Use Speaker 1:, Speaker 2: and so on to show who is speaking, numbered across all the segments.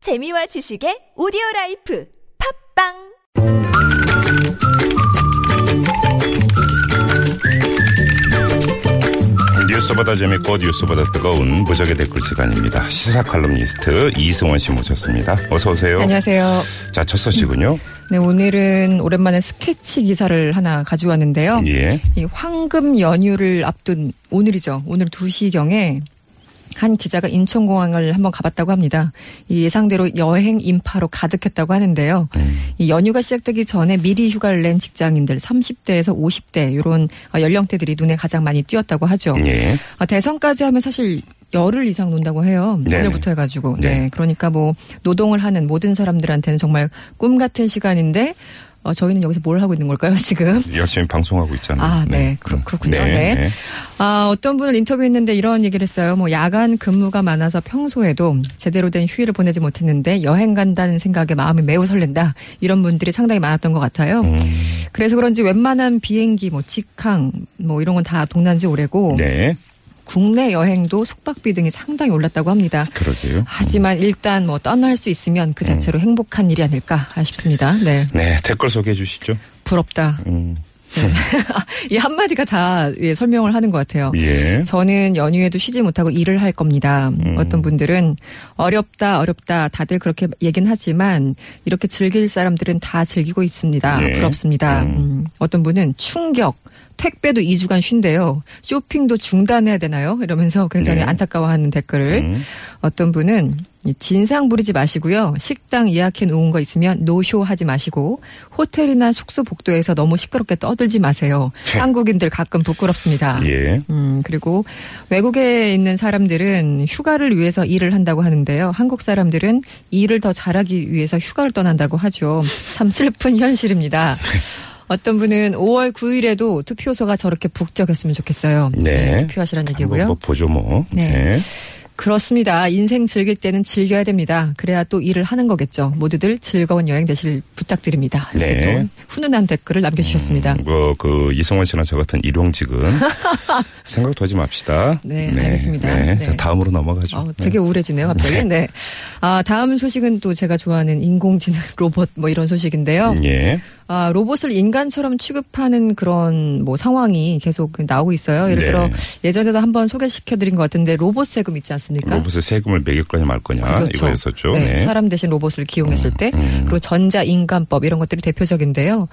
Speaker 1: 재미와 지식의 오디오 라이프 팝빵
Speaker 2: 뉴스보다 재밌고 뉴스보다 뜨거운 무적의 댓글 시간입니다. 시사 칼럼니스트 이승원 씨 모셨습니다. 어서 오세요.
Speaker 3: 네, 안녕하세요.
Speaker 2: 자, 첫 소식은요.
Speaker 3: 네, 오늘은 오랜만에 스케치 기사를 하나 가져왔는데요.
Speaker 2: 예.
Speaker 3: 이 황금 연휴를 앞둔 오늘이죠. 오늘 2시경에 한 기자가 인천공항을 한번 가봤다고 합니다. 이 예상대로 여행 인파로 가득했다고 하는데요.
Speaker 2: 음.
Speaker 3: 이 연휴가 시작되기 전에 미리 휴가를 낸 직장인들 30대에서 50대 이런 어, 연령대들이 눈에 가장 많이 띄었다고 하죠.
Speaker 2: 예.
Speaker 3: 아, 대선까지 하면 사실 열흘 이상 논다고 해요.
Speaker 2: 네네.
Speaker 3: 오늘부터 해가지고. 네.
Speaker 2: 네.
Speaker 3: 그러니까 뭐 노동을 하는 모든 사람들한테는 정말 꿈 같은 시간인데 어, 저희는 여기서 뭘 하고 있는 걸까요 지금?
Speaker 2: 열심히 방송하고 있잖아요.
Speaker 3: 아, 네. 그렇, 그렇군요.
Speaker 2: 음, 네.
Speaker 3: 네. 아, 어떤 분을 인터뷰했는데 이런 얘기를 했어요. 뭐, 야간 근무가 많아서 평소에도 제대로 된 휴일을 보내지 못했는데 여행 간다는 생각에 마음이 매우 설렌다. 이런 분들이 상당히 많았던 것 같아요.
Speaker 2: 음.
Speaker 3: 그래서 그런지 웬만한 비행기, 뭐, 직항, 뭐, 이런 건 다 동난 지 오래고.
Speaker 2: 네.
Speaker 3: 국내 여행도 숙박비 등이 상당히 올랐다고 합니다.
Speaker 2: 그러게요.
Speaker 3: 하지만 일단 뭐 떠날 수 있으면 그 자체로 행복한 일이 아닐까 싶습니다. 네.
Speaker 2: 네. 댓글 소개해 주시죠.
Speaker 3: 부럽다.
Speaker 2: 음.
Speaker 3: 이 한마디가 다 예, 설명을 하는 것 같아요.
Speaker 2: 예.
Speaker 3: 저는 연휴에도 쉬지 못하고 일을 할 겁니다.
Speaker 2: 음.
Speaker 3: 어떤 분들은 어렵다, 어렵다, 다들 그렇게 얘긴 하지만 이렇게 즐길 사람들은 다 즐기고 있습니다.
Speaker 2: 예.
Speaker 3: 부럽습니다. 음, 어떤 분은 충격. 택배도 2주간 쉰대요. 쇼핑도 중단해야 되나요? 이러면서 굉장히
Speaker 2: 네. 음.
Speaker 3: 안타까워하는 댓글을. 어떤 분은 이 진상 부리지 마시고요. 식당 예약해 놓은 거 있으면 노쇼 하지 마시고 호텔이나 숙소 복도에서 너무 시끄럽게 떠들지 마세요. 한국인들 가끔 부끄럽습니다.
Speaker 2: 네. 예.
Speaker 3: 음, 그리고 외국에 있는 사람들은 휴가를 위해서 일을 한다고 하는데요. 한국 사람들은 일을 더 잘하기 위해서 휴가를 떠난다고 하죠. 참 슬픈 현실입니다. 어떤 분은 5월 9일에도 투표소가 저렇게 북적였으면 좋겠어요.
Speaker 2: 네.
Speaker 3: 투표하시라는 얘기고요.
Speaker 2: 뭐 보죠 뭐.
Speaker 3: 네. 그렇습니다. 인생 즐길 때는 즐겨야 됩니다. 그래야 또 일을 하는 거겠죠. 모두들 즐거운 여행 되실 부탁드립니다. 이렇게
Speaker 2: 네.
Speaker 3: 또 훈훈한 댓글을 남겨주셨습니다.
Speaker 2: 뭐, 그, 이성원 씨나 저 같은 일용직은 생각도 하지 맙시다.
Speaker 3: 네, 알겠습니다.
Speaker 2: 네.
Speaker 3: 네.
Speaker 2: 자, 다음으로 넘어가죠.
Speaker 3: 어, 되게 우울해지네요, 갑자기. 네. 아, 다음 소식은 또 제가 좋아하는 인공지능 로봇 뭐 이런 소식인데요.
Speaker 2: 네. 예.
Speaker 3: 아, 로봇을 인간처럼 취급하는 그런 뭐 상황이 계속 나오고 있어요. 예를
Speaker 2: 네.
Speaker 3: 들어 예전에도 한번 소개시켜 드린 것 같은데 로봇 세금 있지 않습니까?
Speaker 2: 로봇의 뭐 세금을 매길 거냐 말 거냐 아, 이거였었죠.
Speaker 3: 네,
Speaker 2: 네. 음,
Speaker 3: 사람 대신 로봇을 기용했을 때 그리고 전자 인간법 이런 것들이 대표적인데요.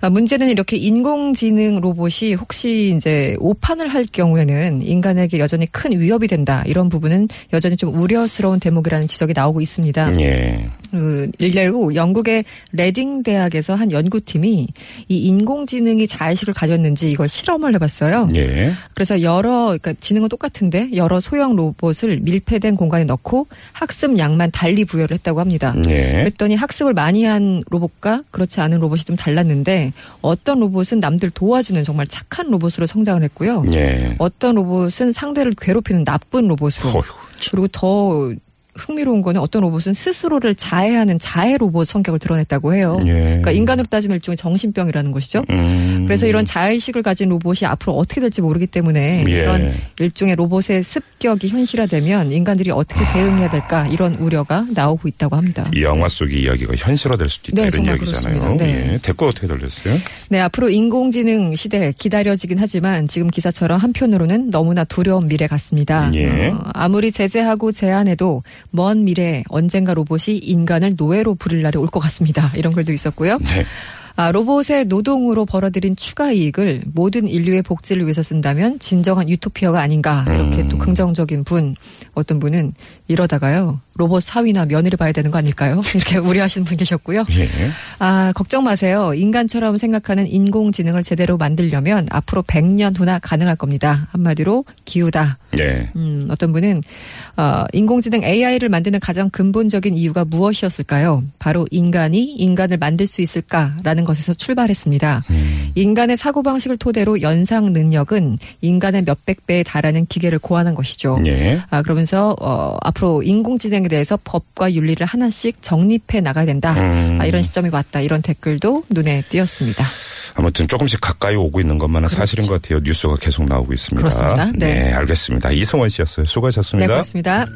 Speaker 3: 아, 문제는 이렇게 인공지능 로봇이 혹시 이제 오판을 할 경우에는 인간에게 여전히 큰 위협이 된다 이런 부분은 여전히 좀 우려스러운 대목이라는 지적이 나오고 있습니다.
Speaker 2: 예.
Speaker 3: 그 일례로 영국의 레딩 대학에서 한 연구팀이 이 인공지능이 자의식을 가졌는지 이걸 실험을 해봤어요.
Speaker 2: 예.
Speaker 3: 그래서 여러 그러니까 지능은 똑같은데 여러 소형 로봇을 밀폐된 공간에 넣고 학습 양만 달리 부여를 했다고 합니다.
Speaker 2: 예.
Speaker 3: 그랬더니 학습을 많이 한 로봇과 그렇지 않은 로봇이 좀 달랐는데 어떤 로봇은 남들 도와주는 정말 착한 로봇으로 성장을 했고요.
Speaker 2: 예.
Speaker 3: 어떤 로봇은 상대를 괴롭히는 나쁜 로봇으로
Speaker 2: 어휴.
Speaker 3: 그리고 더 흥미로운 거는 어떤 로봇은 스스로를 자해하는 자해 로봇 성격을 드러냈다고 해요.
Speaker 2: 예.
Speaker 3: 그러니까 인간으로 따지면 일종의 정신병이라는 것이죠.
Speaker 2: 음.
Speaker 3: 그래서 이런 자의식을 가진 로봇이 앞으로 어떻게 될지 모르기 때문에
Speaker 2: 예.
Speaker 3: 이런 일종의 로봇의 습격이 현실화되면 인간들이 어떻게 대응해야 될까 이런 우려가 나오고 있다고 합니다.
Speaker 2: 이 영화 속의 이야기가 현실화될 수도 있다
Speaker 3: 네,
Speaker 2: 이런
Speaker 3: 정말
Speaker 2: 이야기잖아요.
Speaker 3: 그렇습니다. 네.
Speaker 2: 예. 댓글 어떻게 달렸어요?
Speaker 3: 네, 앞으로 인공지능 시대 기다려지긴 하지만 지금 기사처럼 한편으로는 너무나 두려운 미래 같습니다.
Speaker 2: 예.
Speaker 3: 어, 아무리 제재하고 제한해도 먼 미래에 언젠가 로봇이 인간을 노예로 부릴 날이 올 것 같습니다. 이런 글도 있었고요.
Speaker 2: 네.
Speaker 3: 아, 로봇의 노동으로 벌어들인 추가 이익을 모든 인류의 복지를 위해서 쓴다면 진정한 유토피아가 아닌가 이렇게
Speaker 2: 음.
Speaker 3: 또 긍정적인 분 어떤 분은 이러다가요 로봇 사위나 며느리 봐야 되는 거 아닐까요 이렇게 우려하시는 분 계셨고요
Speaker 2: 예.
Speaker 3: 아 걱정 마세요 인간처럼 생각하는 인공지능을 제대로 만들려면 앞으로 100년 후나 가능할 겁니다 한마디로 기우다
Speaker 2: 예.
Speaker 3: 음, 어떤 분은 어, 인공지능 AI를 만드는 가장 근본적인 이유가 무엇이었을까요? 바로 인간이 인간을 만들 수 있을까라는 것에서 출발했습니다. 인간의 사고방식을 토대로 연상 능력은 인간의 몇백 배에 달하는 기계를 고안한 것이죠.
Speaker 2: 예.
Speaker 3: 아, 그러면서 어, 앞으로 인공지능에 대해서 법과 윤리를 하나씩 정립해 나가야 된다.
Speaker 2: 음.
Speaker 3: 아, 이런 시점이 왔다. 이런 댓글도 눈에 띄었습니다.
Speaker 2: 아무튼 조금씩 가까이 오고 있는 것만은 사실인 것 같아요. 뉴스가 계속 나오고 있습니다.
Speaker 3: 그렇죠. 그렇습니다. 네.
Speaker 2: 알겠습니다. 이성원 씨였어요.
Speaker 3: 네,
Speaker 2: 수고하셨습니다.
Speaker 3: 고맙습니다.